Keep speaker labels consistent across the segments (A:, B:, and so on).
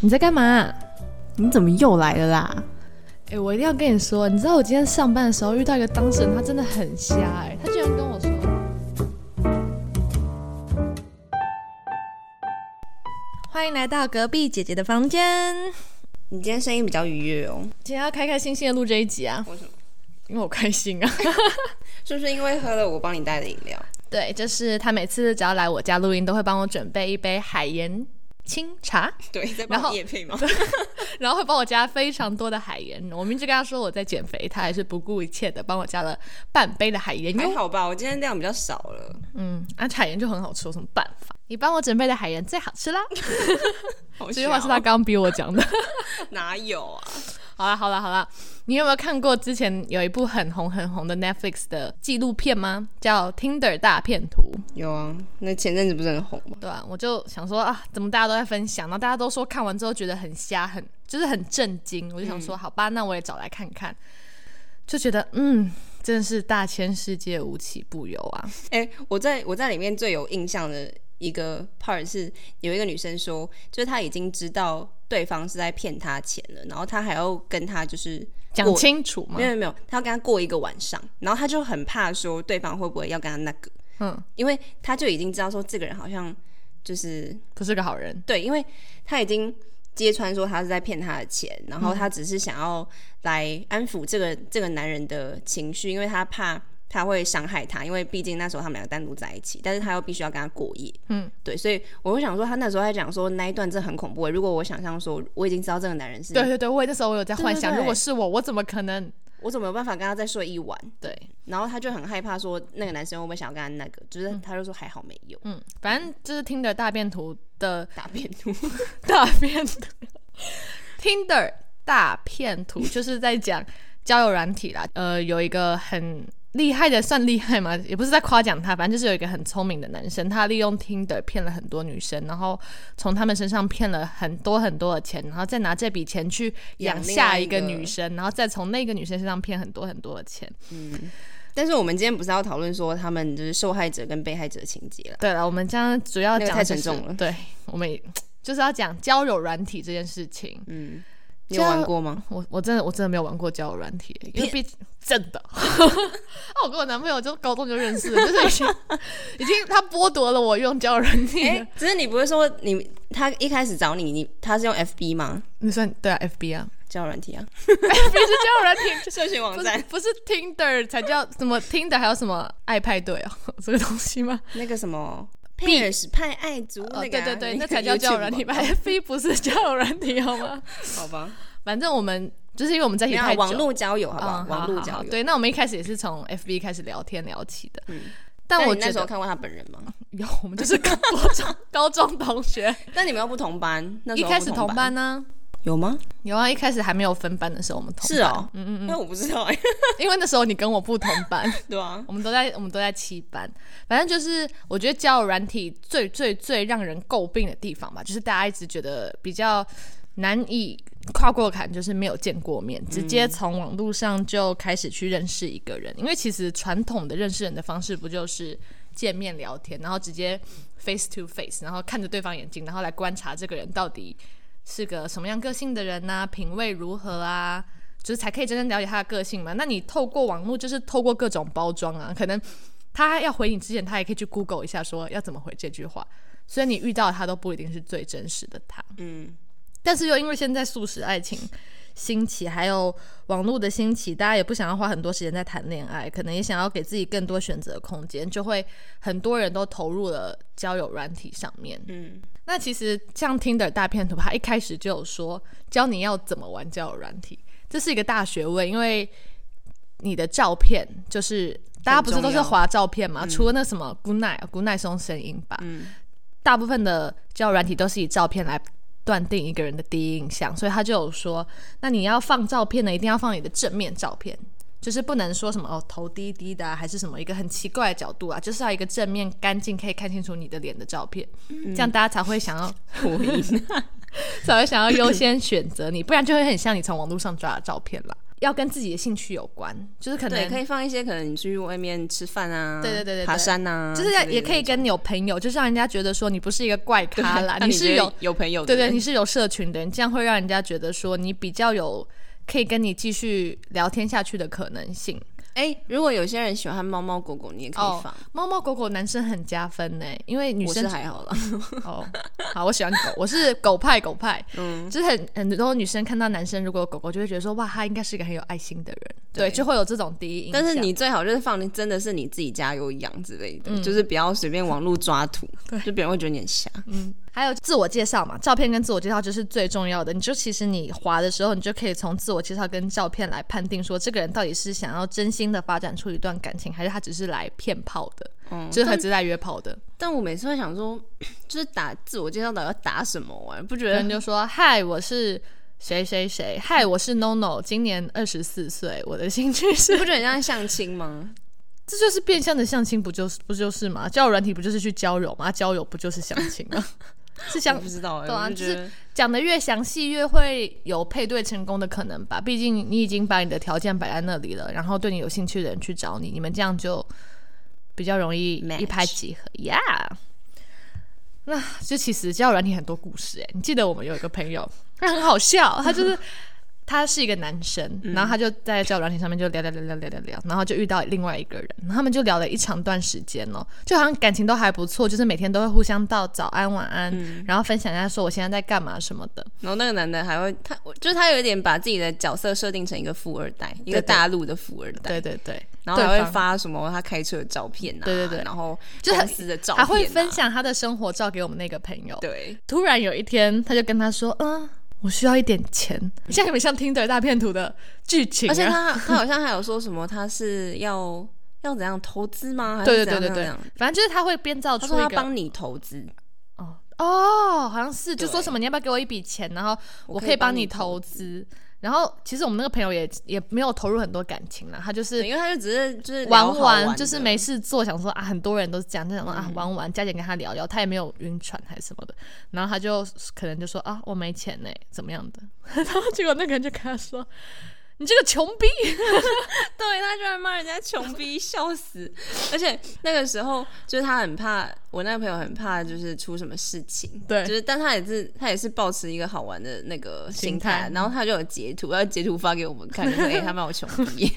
A: 你在干嘛？
B: 你怎么又来了啦？
A: 哎、我一定要跟你说，你知道我今天上班的时候遇到一个当事人，他真的很瞎哎、他居然跟我说，
C: 欢迎来到隔壁姐姐的房间。
D: 你今天声音比较愉悦哦，
A: 今天要开开心心的录这一集啊，
D: 为什么？
A: 因为我开心啊。
D: 是不是因为喝了我帮你带的饮 料？
A: 对，就是他每次只要来我家录音，都会帮我准备一杯海盐清茶，
D: 对，在
A: 然后
D: 帮夜配 吗？
A: 然后会帮我加非常多的海盐。我明知跟他说我在减肥，他还是不顾一切的帮我加了半杯的海盐哟
D: 还。好吧，我今天量比较少了。
A: 嗯，啊，海盐就很好吃，有什么办法？你帮我准备的海盐最好吃啦。
D: 好
A: 这句话是
D: 笑
A: 他刚逼我讲的。
D: 哪有啊？
A: 好啦好啦好啦，你有没有看过之前有一部很红很红的 Netflix 的纪录片吗？叫《Tinder 大骗图》。
D: 有啊，那前阵子不是很红吗？
A: 对啊，我就想说啊，怎么大家都在分享，然后大家都说看完之后觉得很瞎，很就是很震惊。我就想说，
D: 嗯
A: 好吧，那我也找来看看，就觉得嗯，真是大千世界无奇不有啊。
D: 哎、我在我在里面最有印象的一个 part 是有一个女生说，就是她已经知道对方是在骗她钱了，然后她还要跟她就是
A: 讲
D: 过
A: 清楚嘛
D: 没，有没有，她要跟她过一个晚上，然后她就很怕说对方会不会要跟她那个，
A: 嗯，
D: 因为她就已经知道说这个人好像就是
A: 不是个好人。
D: 对，因为他已经揭穿说他是在骗他的钱，然后他只是想要来安抚这个这个男人的情绪，因为他怕他会伤害他，因为毕竟那时候他们两个单独在一起，但是他又必须要跟他过夜。
A: 嗯，
D: 对，所以我就想说，他那时候在讲说那一段真的很恐怖。欸如果我想象说，我已经知道这个男人是，
A: 对对对，我也那时候我有在幻想，
D: 对对对
A: 如果是我，我怎么可能？
D: 我怎么有办法跟他再睡一晚？
A: 对，
D: 然后他就很害怕说那个男生会不会想要跟他那个，就是他就说还好没有、
A: 嗯，反正就是 Tinder 大变图的
D: 打变图。
A: 大片图，Tinder 大片图就是在讲交友软体啦。呃，有一个很厉害的，算厉害吗？也不是在夸奖他，反正就是有一个很聪明的男生，他利用 Tinder 骗了很多女生，然后从他们身上骗了很多很多的钱，然后再拿这笔钱去养
D: 养另
A: 下
D: 外
A: 一
D: 一
A: 个
D: 个
A: 女生，然后再从那个女生身上骗很多很多的钱。
D: 但是我们今天不是要讨论说他们就是受害者跟被害者的情节啦。
A: 对了，我们将主要
D: 那个
A: 讲、
D: 太
A: 就是、
D: 沉重了
A: 对，我们也就是要讲交友软体这件事情。
D: 嗯，你有玩过吗？
A: 我我真的我真的没有玩过交友软体，因为毕竟真的， 啊，我跟我男朋友就高中就认识了，就是已经已经他剥夺了我用交友软体了。
D: 哎、只是你不是说你他一开始找你，你他是用 FB 吗？
A: 你算对啊，FB 啊
D: 交友软体啊，
A: ，FB 是交友软体，
D: 社群网
A: 不
D: 站
A: 是不是 Tinder 才叫什么 Tinder 还有什么爱派对哦，这个东西吗？
D: 那个什么贝尔是派爱族
A: 哦，
D: 那个
A: 对
D: 啊、
A: 对对，
D: 个
A: 那才叫交友软体
D: YouTube
A: 吧
D: 广
A: ，FB 不是交友软体好吗？
D: 告，好 吧？
A: 反正我们就是因为我们在一
D: 没
A: 起
D: 有
A: 太
D: 啊
A: 久，
D: 网络交友，好
A: 嗯
D: 不好？
A: 好
D: 网络
A: 好
D: 交
A: 好
D: 友。
A: 对，那我们一开始也是从 FB 开始聊天聊起的，
D: 嗯
A: 但我
D: 你
A: 觉
D: 那
A: 得
D: 时候看过他本人吗？
A: 有， 我们就是高高中高中同学，
D: 但你们又不同班，那
A: 一
D: 时候
A: 开始
D: 不
A: 同
D: 同
A: 班呢、
D: 有吗？
A: 有啊，一开始还没有分班的时候，我们同班
D: 是哦，嗯嗯，那我不知道 哎，
A: 因为那时候你跟我不同班，
D: 对啊，
A: 我们都在我们都在七班，反正就是我觉得交友软体最最最让人诟病的地方吧，就是大家一直觉得比较难以跨过坎，就是没有见过面，直接从网络上就开始去认识一个人，因为其实传统的认识人的方式不就是见面聊天，然后直接 face to face，然后看着对方眼睛，然后来观察这个人到底是个什么样个性的人呐、品味如何啊，就是才可以真正了解他的个性嘛。那你透过网络，就是透过各种包装啊，可能他要回你之前，他也可以去 Google 一下，说要怎么回这句话。所以你遇到的他都不一定是最真实的他。
D: 嗯，
A: 但是又因为现在素食爱情兴起，还有网络的兴起，大家也不想要花很多时间在谈恋爱，可能也想要给自己更多选择的空间，就会很多人都投入了交友软体上面。
D: 嗯，
A: 那其实像 Tinder 大片图，它一开始就有说教你要怎么玩交友软体，这是一个大学问，因为你的照片就是大家不是都是滑照片嘛，除了那什么 Good Night、Good Night 是用声音吧，大部分的交友软体都是以照片来断定一个人的第一印象，所以他就有说，那你要放照片呢，一定要放你的正面照片，就是不能说什么哦头低低的、啊，还是什么一个很奇怪的角度啊，就是要一个正面干净可以看清楚你的脸的照片，
D: 嗯
A: 这样大家才会想要
D: 我赢，
A: 才会想要优先选择你，不然就会很像你从网络上抓的照片啦。要跟自己的兴趣有关，就是可
D: 对，
A: 能
D: 可以放一些可能你出去外面吃饭啊，
A: 对对对对对
D: 爬山啊，
A: 就是要也可以
D: 之类的
A: 跟你有朋友，就让人家觉得说你不是一个怪咖啦，
D: 那种，
A: 是有
D: 就有朋友的
A: 对对，
D: 人
A: 你是有社群的人，这样会让人家觉得说你比较有可以跟你继续聊天下去的可能性。
D: 哎、如果有些人喜欢猫猫狗狗，你也可以
A: 哦
D: 放。
A: 猫猫狗狗男生很加分呢，因为女
D: 我
A: 生
D: 是还好啦，
A: 哦，好，我喜欢狗，我是狗派狗派，
D: 嗯，
A: 就是很很多女生看到男生如果有狗狗，就会觉得说哇，他应该是一个很有爱心的人，对，
D: 对
A: 就会有这种第一印象。
D: 但是你最好就是放真的是你自己家有养之类
A: 嗯
D: 的，就是不要随便网络 抓图，就别人会觉得你很瞎。
A: 还有自我介绍嘛，照片跟自我介绍就是最重要的。你就其实你滑的时候，你就可以从自我介绍跟照片来判定说，这个人到底是想要真心的发展出一段感情，还是他只是来骗炮的，
D: 嗯，
A: 就是他
D: 但
A: 只是来约炮的。
D: 但我每次会想说， 就是打自我介绍到底要打什么啊？不觉
A: 有
D: 得
A: 人就说：“嗨，我是谁谁谁，嗨，我是 NONO，今年二十四岁，我的兴趣 是……
D: 不觉得很像相亲吗？
A: 这就是变相的相亲，不就是不就是吗？交友软体不就是去交友吗？交友不就是相亲吗？是
D: 我
A: 相
D: 不知道、欸，
A: 对啊
D: 我就觉
A: 就
D: 得
A: 讲的越详细，越会有配对成功的可能吧。毕竟你已经把你的条件摆在那里了，然后对你有兴趣的人去找你，你们这样就比较容易
D: Match
A: 一拍即合呀。Yeah 那就其实交友软体很多故事哎、你记得我们有一个朋友，他很好笑，他就是。他是一个男生，
D: 嗯
A: 然后他就在交友软体上面就聊聊聊聊聊聊聊，然后就遇到另外一个人，然后他们就聊了一长段时间哦，就好像感情都还不错，就是每天都会互相道早安晚安，
D: 嗯
A: 然后分享一下说我现在在干嘛什么的。
D: 然后那个男的还会他，我就是他有一点把自己的角色设定成一个富二代，一
A: 对
D: 个
A: 对
D: 大陆的富二代，
A: 对对对，
D: 然后还
A: 对
D: 会
A: 方，
D: 发什么他开车的照片啊，
A: 对对对
D: 然后
A: 就很
D: 公司的照片、
A: 还
D: 啊，
A: 会分享他的生活照给我们那个朋友。
D: 对。
A: 突然有一天，他就跟他说：“嗯，我需要一点钱。”像有点像 Tinder 大片图的剧情、啊，
D: 嗯而且他他好像还有说什么，他是要要怎样投资吗？还是
A: 对对对
D: 怎样
A: 对
D: 怎
A: 对
D: 样，
A: 反正就是他会编造
D: 他
A: 出
D: 说
A: 一
D: 他
A: 个
D: 帮你投资，
A: 哦哦，好像是就
D: 对
A: 说什么你要不要给我一笔钱，然后我
D: 我可
A: 可以
D: 以帮
A: 帮你
D: 你投
A: 投资。然后其实我们那个朋友也也没有投入很多感情啦，他就是
D: 对因为他就只是就是聊
A: 玩
D: 好
A: 玩，
D: 玩，嗯
A: 就是没。事做，想说啊，很多人都是这样，就想说啊，玩玩，加点跟他聊聊，他也没有晕船还是什么的，然后他就可能就说啊，我没钱呢，怎么样的， 然后结果那个人就跟他说，你这个穷逼，
D: 对他居然骂人家穷逼，,笑死！ 而且那个时候就是他很怕，我那个朋友很怕就是出什么事情，
A: 对
D: 就是但他也是他也是保持一个好玩的那个心
A: 心态
D: 态，然后他就有截图，然后截图发给我们 看，就说哎、他骂我穷逼，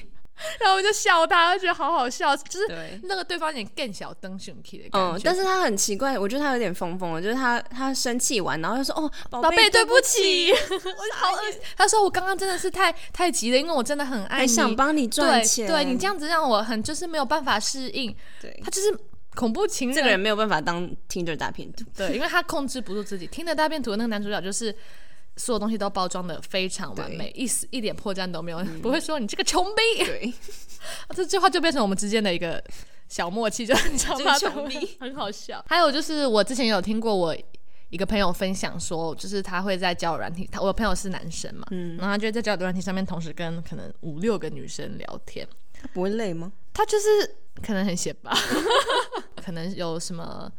A: 然后我就笑他，就觉得好好笑，就是
D: 对。
A: 那个对方有点更小灯熊 key 的感
D: 嗯
A: 觉，，
D: 但是他很奇怪，我觉得他有点疯疯了，就是他他生气完，然后就说哦，宝
A: 宝贝，对
D: 不
A: 不起， 我就好恶心。他说我刚刚真的是太太急了，因为我真的很爱
D: 还
A: 你，
D: 想帮你赚钱，
A: 对，对你这样子让我很就是没有办法适应，
D: 对
A: 他就是恐怖情人，
D: 这个人没有办法当 Tinder 大片图，
A: 对，因为他控制不住自己。听的大变图的那个男主角就是所有东西都包装的非常完美，一丝一点破绽都没有，
D: 嗯
A: 不会说你这个穷逼。
D: 对，
A: 这句话就变成我们之间的一个小默契，就很常
D: 这个
A: 发
D: 穷逼
A: 很好笑。还有就是我之前有听过我。一个朋友分享说，就是他会在交友软体，他我朋友是男生嘛，然后他就会在交友软体上面同时跟可能五六个女生聊天，
D: 不会累吗？
A: 他就是可能很闲吧， 可能有什么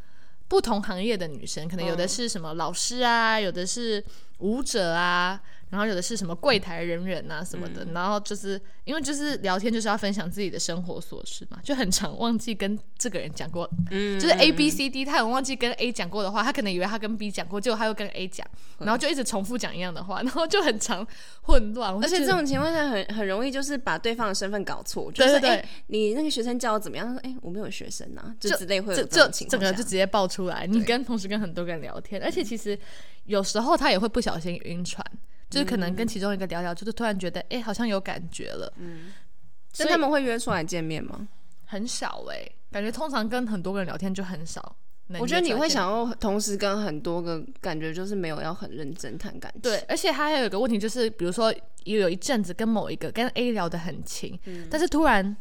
A: 不同行业的女生，可能有的是什么老师啊，有的是舞者啊，然后有的是什么柜台人员啊什么的，
D: 嗯
A: 然后就是因为就是聊天就是要分享自己的生活琐事嘛，就很常忘记跟这个人讲过，
D: 嗯
A: 就是 A B C D，他很忘记跟 A 讲过的话，他可能以为他跟 B 讲过，结果他又跟 A 讲，
D: 嗯
A: 然后就一直重复讲一样的话，然后就很常混乱，我就
D: 而且
A: 觉
D: 这
A: 得
D: 种情况下很很容易就是把对方的身份搞错，就是
A: 对
D: 哎、
A: 对对
D: 诶你那个学生叫我怎么样？他说哎、诶我没有学生啊，就之类会有
A: 这
D: 这种
A: 这
D: 情
A: 整
D: 况
A: 个
D: 下，
A: 就直接爆出来。你跟同时跟很多个人聊天，而且其实有时候他也会不小心晕船，就是可
D: 嗯
A: 能跟其中一个聊聊，就是突然觉得哎、诶好像有感觉了，
D: 嗯但
A: 所以
D: 他们会约出来见面吗？
A: 很少哎、感觉通常跟很多个人聊天就很少能约出来见面。
D: 我觉得你会想要同时跟很多个，感觉就是没有要很认真谈感情，
A: 对，，而且他还有一个问题就是，比如说也有一阵子跟某一个跟 A 聊得很亲，
D: 嗯
A: 但是突然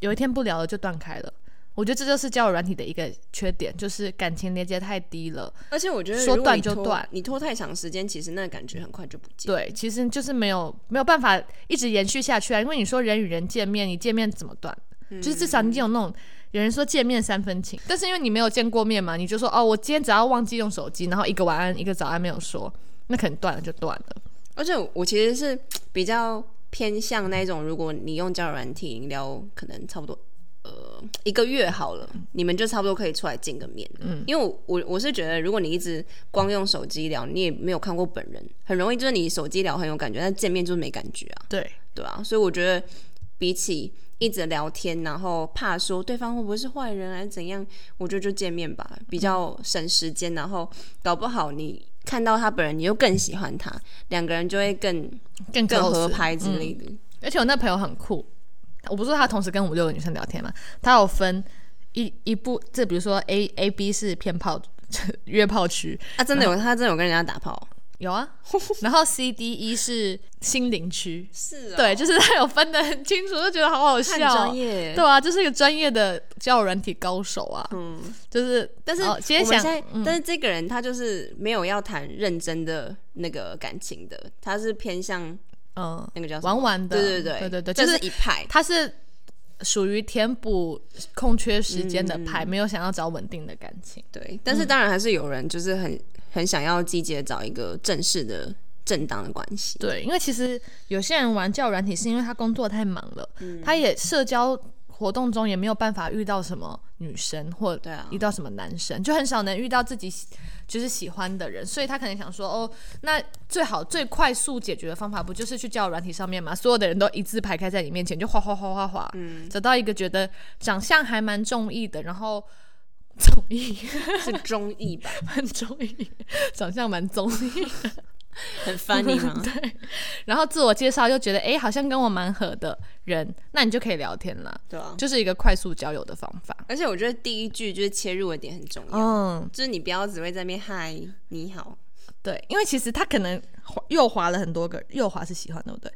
A: 有一天不聊了就断开了。我觉得这就是交友软体的一个缺点，就是感情连接太低了。
D: 而且我觉得
A: 说
D: 如果
A: 断
D: 你
A: 就
D: 拖
A: 断，
D: 你拖太长时间，其实那个感觉很快就不见。
A: 对，其实就是没有没有办法一直延续下去啊，因为你说人与人见面，你见面怎么断？就是至少你有那种有人说见面三分情，但是因为你没有见过面嘛，你就说哦，我今天只要忘记用手机，然后一个晚安一个早安没有说，那可能断了就断了。
D: 而且我其实是比较偏向那种，如果你用交友软体你聊，可能差不多呃一个月好了，你们就差不多可以出来见个面。嗯，因为我我我是觉得，如果你一直光用手机聊，你也没有看过本人，很容易就是你手机聊很有感觉，但见面就是没感觉啊，
A: 对，
D: 对啊，所以我觉得比起。一直聊天，然后怕说对方会不会是坏人还是怎样，我觉得就见面吧，比较
A: 嗯
D: 省时间。然后搞不好你看到他本人，你又更喜欢他，两个人就会更
A: 更
D: 更
A: close 嗯
D: 合拍之类的。
A: 而且我那朋友很酷，我不是说他同时跟五六个女生聊天嘛，他有分一一部，这比如说 A A B 是偏炮 约炮区，
D: 啊，真的有，他真的有跟人家打炮，哦
A: 有 啊，然后 C D E 是心灵区，
D: 是
A: 对，就是他有分的很清楚，就觉得好好
D: 哦看
A: 笑哦、
D: 专业。
A: 对啊，这是一个专业的交友软体高手啊，
D: 嗯，
A: 就是，
D: 但是我
A: 哦
D: 们
A: 今天
D: 现
A: 想
D: 在，但是这个人他就是没有要谈认真的那个感情的，他是偏向
A: 嗯，
D: 那个叫什么
A: 玩玩的，对
D: 对对
A: 对对，就
D: 这
A: 是
D: 是一派。
A: 他是属于填补空缺时间的
D: 嗯
A: 派，没有想要找稳定的感情。
D: 对，但
A: 嗯
D: 是当然还是有人就是很很想要积极的找一个正式的、正当的关系。
A: 对，因为其实有些人玩教软体是因为他工作太忙了，
D: 嗯
A: 他也社交活动中也没有办法遇到什么女生或
D: 对啊
A: 遇到什么男生，就很少能遇到自己喜就是喜欢的人，所以他可能想说，哦，那最好最快速解决的方法不就是去交友软体上面嘛？所有的人都一字排开在你面前，就哗哗哗哗哗，
D: 嗯
A: 找到一个觉得长相还蛮中意的，然后。 综艺
D: 是中意 吧？
A: 蛮中意，长相蛮综艺，
D: 很 funny 吗？
A: 然后自我介绍又觉得哎、诶好像跟我蛮合的人，那你就可以聊天啦，
D: 对啊。
A: 就是一个快速交友的方法。
D: 而且我觉得第一句就是切入的点很重要，
A: 嗯，
D: 就是你不要只会在那边嗨你好，
A: 对，因为其实他可能滑右滑了很多个，右滑是喜欢对不对？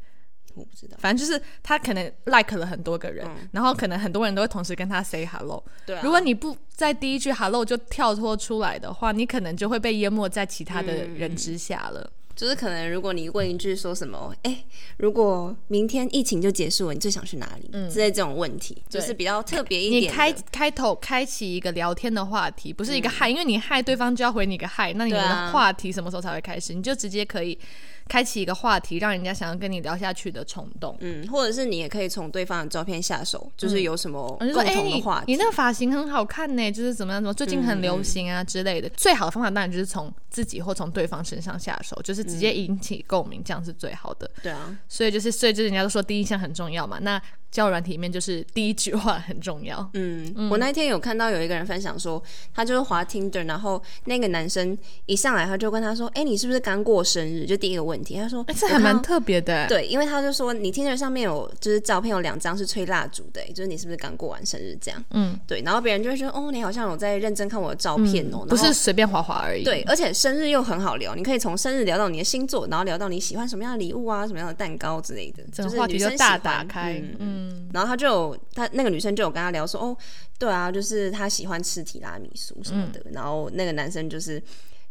D: 我不知道。
A: 反正就是他可能 like 了很多个人，然后可能很多人都会同时跟他 say hello。
D: 嗯对啊，
A: 如果你不在第一句 hello 就跳脱出来的话，你可能就会被淹没在其他的
D: 嗯
A: 人之下了。
D: 就是可能，如果你问一句说什么，哎、如果明天疫情就结束了，你最想去哪里？之类这种问题，
A: 嗯对
D: 就是比较特别一点
A: 你
D: 的。
A: 开开头开启一个聊天的话题，不是一个嗨、因为你嗨对方就要回你一个嗨，那你们
D: 嗯对
A: 的
D: 啊
A: 话题什么时候才会开始？你就直接可以开启一个话题，让人家想要跟你聊下去的冲动。
D: 嗯，或者是你也可以从对方的照片下手，就是有什么
A: 我
D: 共
A: 就说，哎、
D: 同的
A: 嗯你
D: 话题。
A: 你那个发型很好看呢，就是怎么
D: 嗯
A: 样怎么样，最近很流行啊之类的。最好的方法当然就是从自己或从对方身上下手，就是直接引起共鸣，这样是最好的。
D: 对啊，
A: 所以就是，所以就是人家都说第一印象很重要嘛。那交友软体里面就是第一句话很重要。
D: 嗯，我那天有看到有一个人分享说，他就是滑 Tinder，然后那个男生一上来他就跟他说，哎、你是不是刚过生日？就第一个问题，他说，
A: 哎、
D: 我
A: 这还
D: 看
A: 蛮
D: 到
A: 特别的欸。
D: 对，因为他就说你听着上面有就是照片有两张是吹蜡烛的、就是你是不是刚过完生日这样？
A: 嗯，
D: 对，然后别人就会说哦，你好像有在认真看我的照片哦，
A: 嗯
D: 然
A: 不
D: 后
A: 是随便滑滑而已。
D: 对，而且生日又很好聊，你可以从生日聊到你的星座，然后聊到你喜欢什么样的礼物啊，什么样的蛋糕之类的，
A: 整
D: 就
A: 个
D: 是
A: 话
D: 女
A: 题就
D: 生
A: 大
D: 喜
A: 打
D: 欢
A: 开
D: 嗯，
A: 嗯，
D: 然后他就有他那个女生就有跟他聊说，哦，对啊，就是他喜欢吃提拉米苏什么的。
A: 嗯
D: 然后那个男生就是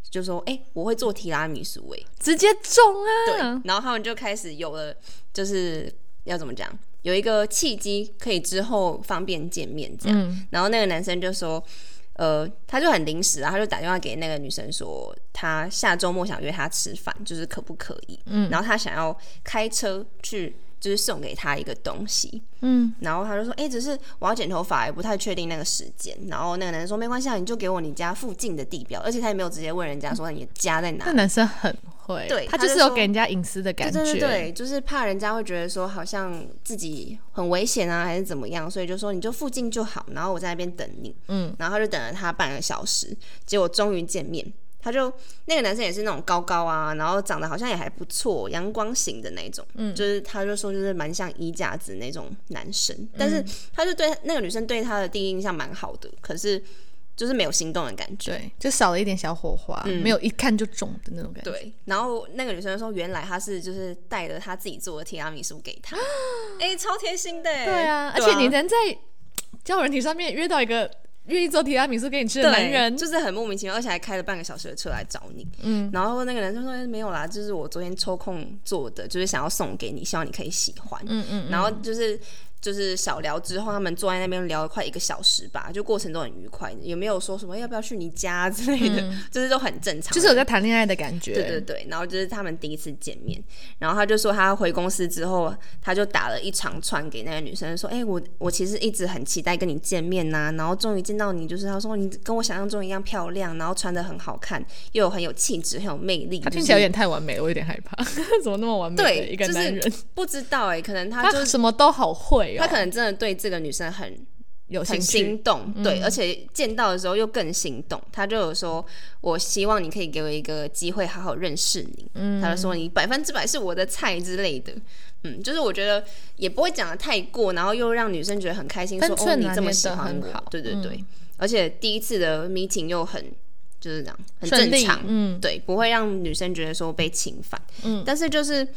D: 就说，哎、我会做提拉米苏哎、
A: 直接中啊！
D: 然后他们就开始有了，就是要怎么讲，有一个契机可以之后方便见面这样。
A: 嗯，
D: 然后那个男生就说，呃，他就很临时啊，他就打电话给那个女生说，他下周末想约她吃饭，就是可不可以？
A: 嗯
D: 然后他想要开车去，就是送给她一个东西。
A: 嗯，
D: 然后他就说，哎、只是我要剪头发，也不太确定那个时间。然后那个男生说，没关系啊，你就给我你家附近的地标，而且他也没有直接问人家说你家在哪
A: 那。男生很会，
D: 对
A: 他
D: 他
A: 就
D: 就是
A: 有
D: 说
A: 给人家隐私的 感觉，
D: 对对对，就是怕人家会觉得说好像自己很危险啊，还是怎么样，所以就说你就附近就好，然后我在那边等你。
A: 嗯，
D: 然后他就等了他半个小时，结果终于见面。他就那个男生也是那种高高啊，然后长得好像也还不错，阳光型的那种，嗯，就是他就说就是蛮像衣架子那种男生，
A: 嗯
D: 但是他就对那个女生对他的第一印象蛮好的，可是就是没有心动的感觉，
A: 对就少了一点小火花，没有一看就中的那种感觉。
D: 嗯对，然后那个女生说，原来她是就是带了她自己做的提拉米苏给他， 哎、超贴心的欸。
A: 对啊，而
D: 对
A: 且你能在交友软体上面约到一个愿意做提拉米苏给你吃的
D: 对
A: 男人，
D: 就是很莫名其妙，而且还开了半个小时的车来找你。嗯，然后那个男生说哎没有啦，就是嗯
A: 嗯
D: 我昨天抽空做的，就是想要送给你，希望你可以喜欢。嗯嗯然后就是。就是小聊之后，他们坐在那边聊了快一个小时吧，就过程都很愉快，也没有说什么要不要去你家之类的，就是都很正常。
A: 就是有在谈恋爱的感觉。
D: 对对对，然后就是他们第一次见面，然后他就说他回公司之后，他就打了一长串给那个女生说：“哎、我我其实一直很期待跟你见面呐、然后终于见到你，就是他说你跟我想象中一样漂亮，然后穿的很好看，又有很有气质，很有魅力。”
A: 他听起来有点太完美了，我有点害怕， 怎么那么完美的
D: 对，
A: 一个男人？
D: 就是不知道哎、可能他
A: 他
D: 就是
A: 什么都好会哦，
D: 他可能真的对这个女生很
A: 有兴
D: 很
A: 趣。
D: 心动，
A: 嗯
D: 对，而且见到的时候又更心动。他就有说：“我希望你可以给我一个机会，好好认识你。”
A: 嗯
D: 他就说：“你百分之百是我的菜之类的。”嗯，就是我觉得也不会讲的太过，然后又让女生觉得很开心，说：“
A: 分寸啊
D: 哦，你
A: 拿
D: 这么
A: 捏
D: 喜
A: 得
D: 欢
A: 很
D: 我
A: 好。”嗯
D: 对对对，而且第一次的 meeting 又很就是这样，很
A: 顺
D: 正
A: 利
D: 常，
A: 嗯
D: 对，不会让女生觉得说被侵犯。
A: 嗯
D: 但是就是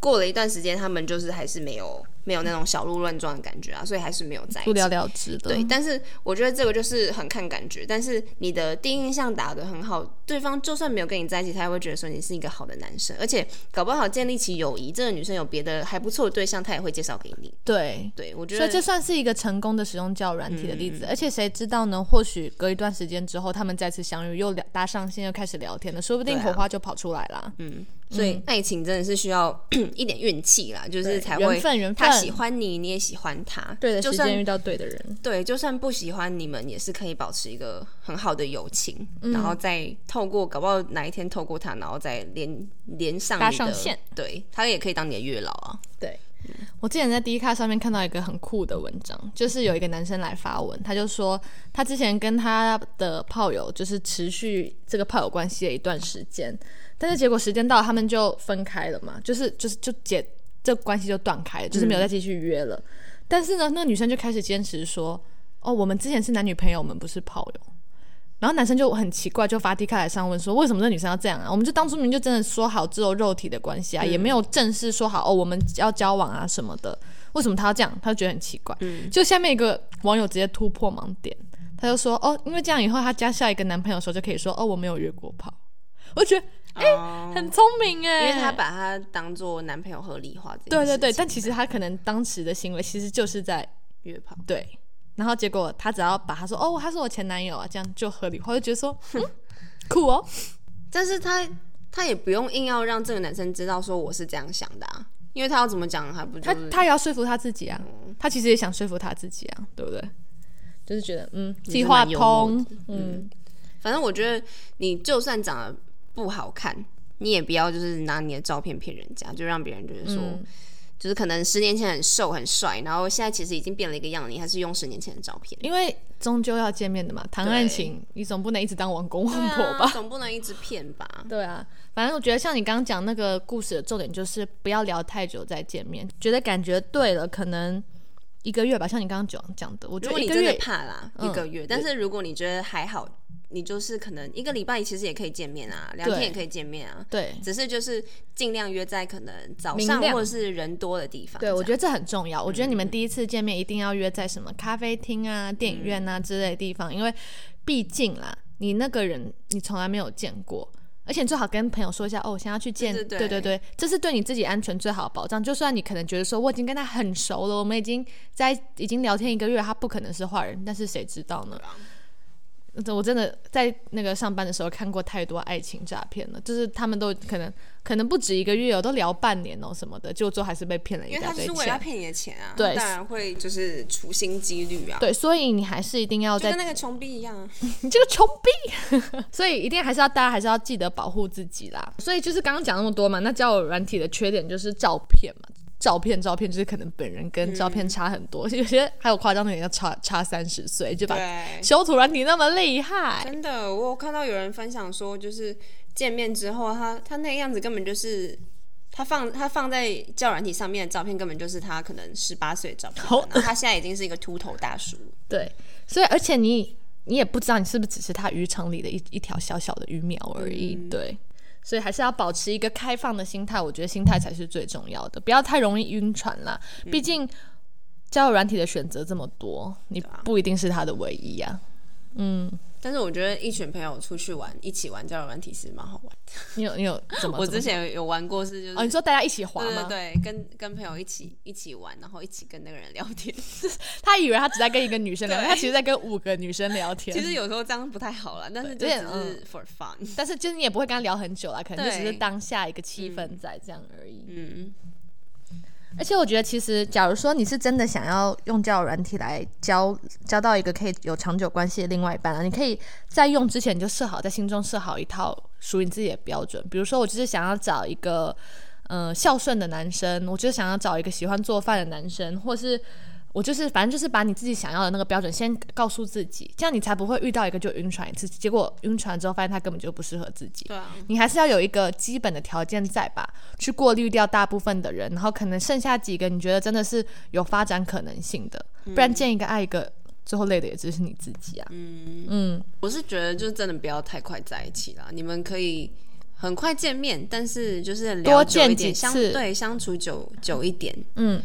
D: 过了一段时间，他们就是还是没有没有那种小鹿乱撞的感觉啊，所以还是没有在一
A: 不
D: 起
A: 了。了之的，
D: 对，但是我觉得这个就是很看感觉，但是你的第一印象打得很好，对方就算没有跟你在一起，他也会觉得说你是一个好的男生，而且搞不好建立起友谊，这个女生有别的还不错的对象，她也会介绍给你。
A: 对
D: 对，嗯我觉
A: 所以这
D: 得
A: 算是一个成功的使用交友软体的例子，而且谁知道呢？或许隔一段时间之后，他们再次相遇，又聊搭上线，又开始聊天了，说不定
D: 对啊嗯
A: 火花就跑出来啦。
D: 所以爱情真的是需要 一点运气啦，就是才
A: 缘
D: 会
A: 分，缘分，
D: 他喜欢你，你也喜欢他，
A: 对的
D: 就
A: 时间
D: 算
A: 遇到对的人，
D: 对，就算不喜欢你们，也是可以保持一个很好的友情，
A: 嗯
D: 然后再透过搞不好哪一天透过他，然后再连连上
A: 搭
D: 你的
A: 上线，
D: 对他也可以当你的月老啊。
A: 对。我之前在 D 卡上面看到一个很酷的文章，就是有一个男生来发文，他就说他之前跟他的炮友就是持续这个炮友关系的一段时间，但是结果时间到了，他们就分开了嘛，就是就是就解这关系就断开了，
D: 嗯
A: 就是没有再继续约了。但是呢，那个女生就开始坚持说：“哦，我们之前是男女朋友，我们不是炮友。”然后男生就很奇怪，就发 D 卡来上问说：“为什么这女生要这样啊？我们就当初明明就真的说好只有肉体的关
D: 嗯
A: 系啊，也没有正式说好哦，我们要交往啊什么的。为什么她要这样？他就觉得很奇怪。
D: 嗯
A: 就下面一个网友直接突破盲点，他就说：哦，因为这样以后她加下一个男朋友的时候就可以说：哦，我没有约过炮。我觉得
D: 哎、
A: 很聪明哎、
D: 因为他把他当做男朋友合理化这件
A: 对对
D: 事
A: 对，
D: 情
A: 但其实他可能当时的行为其实就是在
D: 约炮，
A: 对，然后结果他只要把他说哦他是我前男友啊，这样就合理化，我就觉得 说嗯酷哦，
D: 但是他他也不用硬要让这个男生知道说我是这样想的啊，因为他要怎么讲还不就
A: 他
D: 是
A: 他也要说服他自己啊，他其实也想说服他自己啊，对不对？就是觉得嗯
D: 是
A: 计划
D: 蛮幽默
A: 通
D: 的，
A: 嗯
D: 反正我觉得你就算长得不好看，你也不要就是拿你的照片骗人家，就让别人觉得说。
A: 嗯
D: 就是可能十年前很瘦很帅，然后现在其实已经变了一个样子，你还是用十年前的照片。
A: 因为终究要见面的嘛，谈
D: 对
A: 爱情你总不能一直当王公王婆吧？
D: 对啊总不能一直骗吧？
A: 对啊，反正我觉得像你刚刚讲那个故事的重点就是不要聊太久再见面，觉得感觉对了，可能一个月吧，像你刚刚讲讲的，我
D: 如
A: 觉
D: 果
A: 得
D: 你
A: 一个
D: 真的
A: 月
D: 怕啦，
A: 嗯
D: 一个月。但是如果你觉得还好，你就是可能一个礼拜其实也可以见面啊，两天也可以见面啊，
A: 对。
D: 只是就是尽量约在可能早
A: 明
D: 上
A: 亮
D: 或者是人多的地方。
A: 对，我觉
D: 得
A: 得这很重要。我觉得你
D: 嗯
A: 们第一次见面一定要约在什么咖啡厅啊、电影院
D: 嗯
A: 啊之类的地方，因为毕竟啦，你那个人你从来没有见过，而且你最好跟朋友说一下哦，我想要去见，
D: 对对
A: 对
D: 对
A: 这是对你自己安全最好的保障。就算你可能觉得说我已经跟他很熟了，我们已经在已经聊天一个月，他不可能是坏人，但是谁知道呢？这我真的在那个上班的时候看过太多爱情诈骗了，就是他们都可能可能不止一个月哦，都聊半年哦什么的，结果最后还是被骗了一
D: 因为
A: 大
D: 他就
A: 堆
D: 是为了要
A: 钱。
D: 骗你的钱啊，
A: 对
D: 当然会就是处心积虑啊，
A: 对，所以你还是一定要
D: 就
A: 在
D: 跟那个穷逼一样啊。
A: 你这个穷逼， 所以一定还是要大家还是要记得保护自己啦。所以就是刚刚讲那么多嘛，那交友软体的缺点就是照片嘛，照片照片就是可能本人
D: 嗯
A: 跟照片差很多，有些还有夸张的也要差差三十岁，就把
D: 对，
A: 修图软体那么厉害，
D: 真的，我有看到有人分享说，就是见面之后他，他那个样子根本就是他放他放在教软体上面的照片，根本就是他可能十八岁的照片
A: 好
D: 吧，然后他现在已经是一个秃头大叔。
A: 对，所以而且你你也不知道你是不是只是他渔场里的一一条小小的鱼苗而已，
D: 嗯
A: 对。所以还是要保持一个开放的心态，我觉得心态才是最重要的，不要太容易晕船啦。毕竟交友软体的选择这么多，你不一定是它的唯一啊。嗯，
D: 但是我觉得一群朋友出去玩，一起玩交友软体是蛮好玩的。
A: 你有你 有怎么？
D: 我
A: 怎么
D: 之前有玩过，是就是、
A: 哦，你说大家一起滑
D: 对
A: 吗？
D: 对对，跟跟朋友一起一起玩，然后一起跟那个人聊天。
A: 他以为他只在跟一个女 生聊天，
D: 对
A: 他其实在跟五个女生聊天。
D: 其实有时候这样不太好啦，但是就
A: 对有
D: 只
A: 点
D: 是 for fun。
A: 但是就是你也不会跟他聊很久啦，可能就只是
D: 对
A: 当下一个气氛在这样而已。
D: 嗯，
A: 而且我觉得，其实假如说你是真的想要用交友软体来交交到一个可以有长久关系的另外一半啊，你可以在用之前你就设好，在心中设好一套属于你自己的标准。比如说，我就是想要找一个呃孝顺的男生，我就是想要找一个喜欢做饭的男生，或是。我就是，反正就是把你自己想要的那个标准先告诉自己，这样你才不会遇到一个就晕船一次，结果晕船之后发现他根本就不适合自己。
D: 对啊，
A: 你还是要有一个基本的条件在吧，去过滤掉大部分的人，然后可能剩下几个你觉得真的是有发展可能性的，
D: 嗯
A: 不然见一个爱一个，最后累的也只是你自己啊。嗯
D: 我是觉得就是真的不要太快在一起啦，你们可以。很快见面，但是就是聊
A: 多
D: 久一
A: 见几
D: 点，相
A: 次
D: 对相处久久一点，
A: 嗯，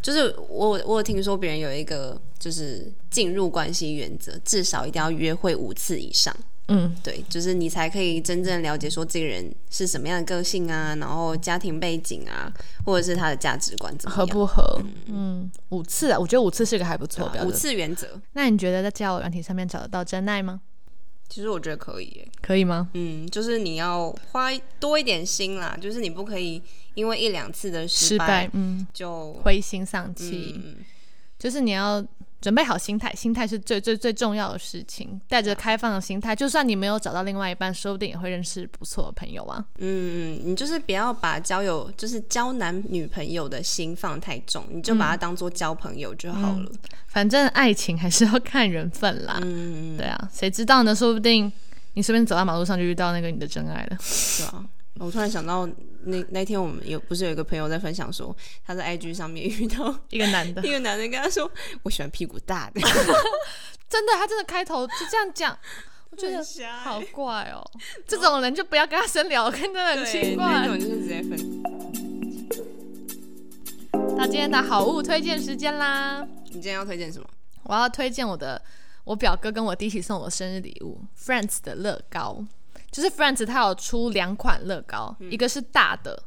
D: 就是我我有听说别人有一个就是进入关系原则，至少一定要约会五次以上。
A: 嗯，
D: 对，就是你才可以真正了解说这个人是什么样的个性啊，然后家庭背景啊，或者是他的价值观怎么
A: 合
D: 样。
A: 不合？嗯，五次啊，我觉得五次是个还不错的标
D: 啊五
A: 准。
D: 次原则，
A: 那你觉得在交友软体上面找得到真爱吗？
D: 其实我觉得可以耶。
A: 可以吗？
D: 嗯，就是你要花多一点心啦，就是你不可以因为一两次的
A: 失败，嗯，
D: 就
A: 灰心丧气，
D: 嗯，
A: 就是你要准备好心态，心态是最最最重要的事情。带着开放的心态，就算你没有找到另外一半，说不定也会认识不错的朋友啊。
D: 嗯，你就是不要把交友，就是交男女朋友的心放太重，你就
A: 嗯
D: 把它当做交朋友就好了。
A: 反正爱情还是要看缘分啦。
D: 嗯，
A: 对啊，谁知道呢？说不定你随便走在马路上就遇到那个你的真爱了。
D: 对啊。我突然想到那那天我们有不是有一个朋友在分享说，他在 IG 上面 遇到
A: 一个男 的
D: 一，个男人跟他说，我喜欢屁股大的，
A: 真的，他真的开头就这样讲，我觉得
D: 很瞎欸
A: 好怪 哦、这种人就不要跟他深聊，真的很奇
D: 对，
A: 怪
D: 那。种就是直接分。
A: 到今天的好物推荐时间啦，
D: 你今天要推荐什么？
A: 我要推荐我的我表哥跟我弟一起送我生日礼物 f r a n c e 的乐高，就是 f r a n c e 它有出两款乐高，
D: 嗯
A: 一个是大的。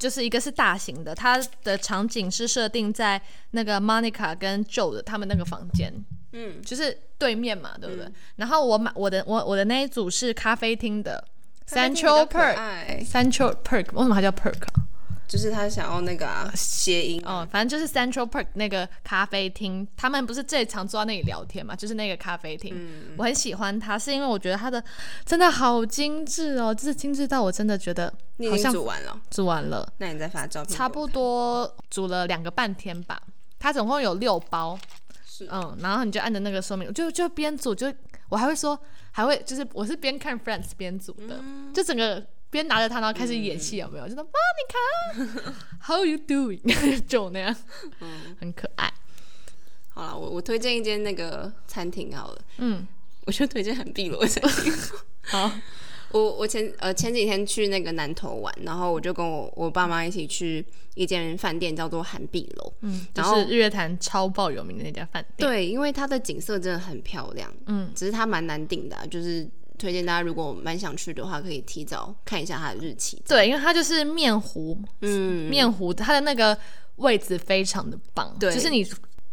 A: 就是一个是大型的，它的场景是设定在那个 Monica 跟 Joe 的他们那个房间，
D: 嗯，
A: 就是对面嘛，对不对？然后我买我的我我的那一组是咖啡厅的 Central
D: 可
A: Perk。
D: 爱，
A: Central Perk 为什么它叫 Perk 啊？
D: 就是他想要那个啊谐音
A: 哦，反正就是 Central Park 那个咖啡厅，他们不是最常坐在那里聊天嘛，就是那个咖啡厅，
D: 嗯
A: 我很喜欢它，是因为我觉得它的真的好精致哦，就是精致到我真的觉得
D: 你
A: 好
D: 已经
A: 像
D: 煮完了，
A: 煮完了，
D: 那你再发照片给我。
A: 差不多煮了两个半天吧，它总共有六包，
D: 是
A: 嗯，然后你就按着那个说明，就就边煮就我还会说，还会就是我是边看 Friends 边煮的，
D: 嗯
A: 就整个边拿着它，然后开始演戏，有没有？就说 Monica，How 啊 you doing？就 那样，
D: 嗯
A: 很可爱。
D: 好了，我我推荐一间那个餐厅好了，
A: 嗯，
D: 我就推荐很碧螺的餐厅。
A: 好，
D: 我我前呃前几天去那个南投玩，然后我就跟我我爸妈一起去一间饭店叫做韩碧楼，
A: 嗯，就
D: 然后
A: 是日月潭超爆有名的那家饭店。
D: 对，因为它的景色真的很漂亮，
A: 嗯，
D: 只是它蛮难订的啊、就是推荐大家如果蛮想去的话，可以提早看一下它的日期。
A: 对，因为它就是面糊，
D: 嗯，
A: 面糊它的那个位置非常的棒，
D: 对
A: 就是你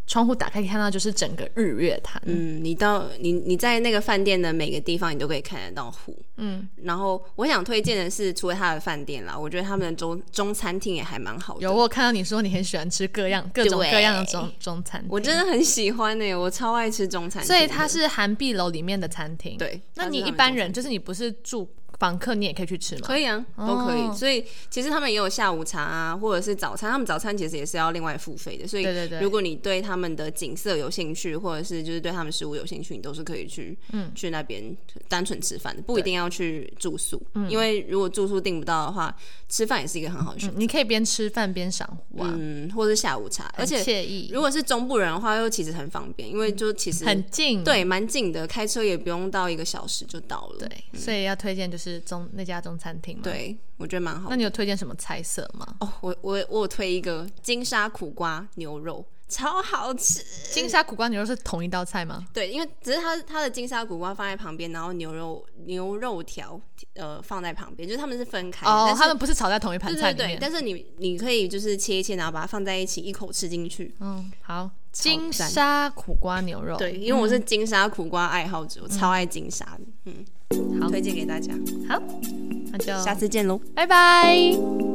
A: 窗户打开看到就是整个日月潭。
D: 嗯，你到你你在那个饭店的每个地方，你都可以看得到湖。
A: 嗯，
D: 然后我想推荐的是，除了它的饭店啦，我觉得他们的中中餐厅也还蛮好的。
A: 有我有看到你说你很喜欢吃各样各种
D: 对
A: 各样的中中餐厅，
D: 我真的很喜欢呢、欸我超爱吃中餐厅
A: 所
D: 的，
A: 以它是韩碧楼里面的餐厅。，
D: 对。
A: 那
D: 它是
A: 你
D: 他
A: 一
D: 们
A: 般
D: 中
A: 人就是你不是住房客，你也可以去吃吗？
D: 可以啊，都可以。
A: 哦
D: 所以其实他们也有下午茶啊，或者是早餐，他们早餐其实也是要另外付费的。所以
A: 对对对
D: 如果你对他们的景色有兴趣，或者是就是对他们食物有兴趣，你都是可以去
A: 嗯
D: 去那边呃单纯吃饭的，不一定要去住宿。
A: 嗯
D: 因为如果住宿订不到的话，吃饭也是一个很好的选
A: 嗯
D: 择。
A: 你可以边吃饭边赏花，
D: 嗯，或者是下午茶，
A: 很
D: 而且
A: 惬意，
D: 如果是中部人的话，又其实很方便，因为就其实
A: 嗯很近。
D: 对，蛮近的，开车也不用到一个小时就到了。
A: 对，所以要推荐就是中那家中餐厅嘛。
D: 对，，我觉得蛮好
A: 那。你有推荐什么菜色吗？
D: 哦，我我我有推一个金沙苦瓜牛肉，超好吃。
A: 金沙苦瓜牛肉是同一道菜吗？
D: 对，因为只是它它的金沙苦瓜放在旁边，然后牛肉牛肉条呃放在旁边，就是他们是分开的。
A: 哦
D: 但，是
A: 他们不是炒在同一盘
D: 对
A: 菜
D: 对
A: 里面。
D: 对，但是你你可以就是切一切，然后把它放在一起，一口吃进去。
A: 嗯，好，金沙苦瓜牛肉，
D: 对，，因
A: 嗯
D: 为我是金沙苦瓜爱好者，我超爱金沙的，嗯，
A: 好
D: 推荐给大家，
A: 好，那就
D: 下次见喽。
A: 拜拜。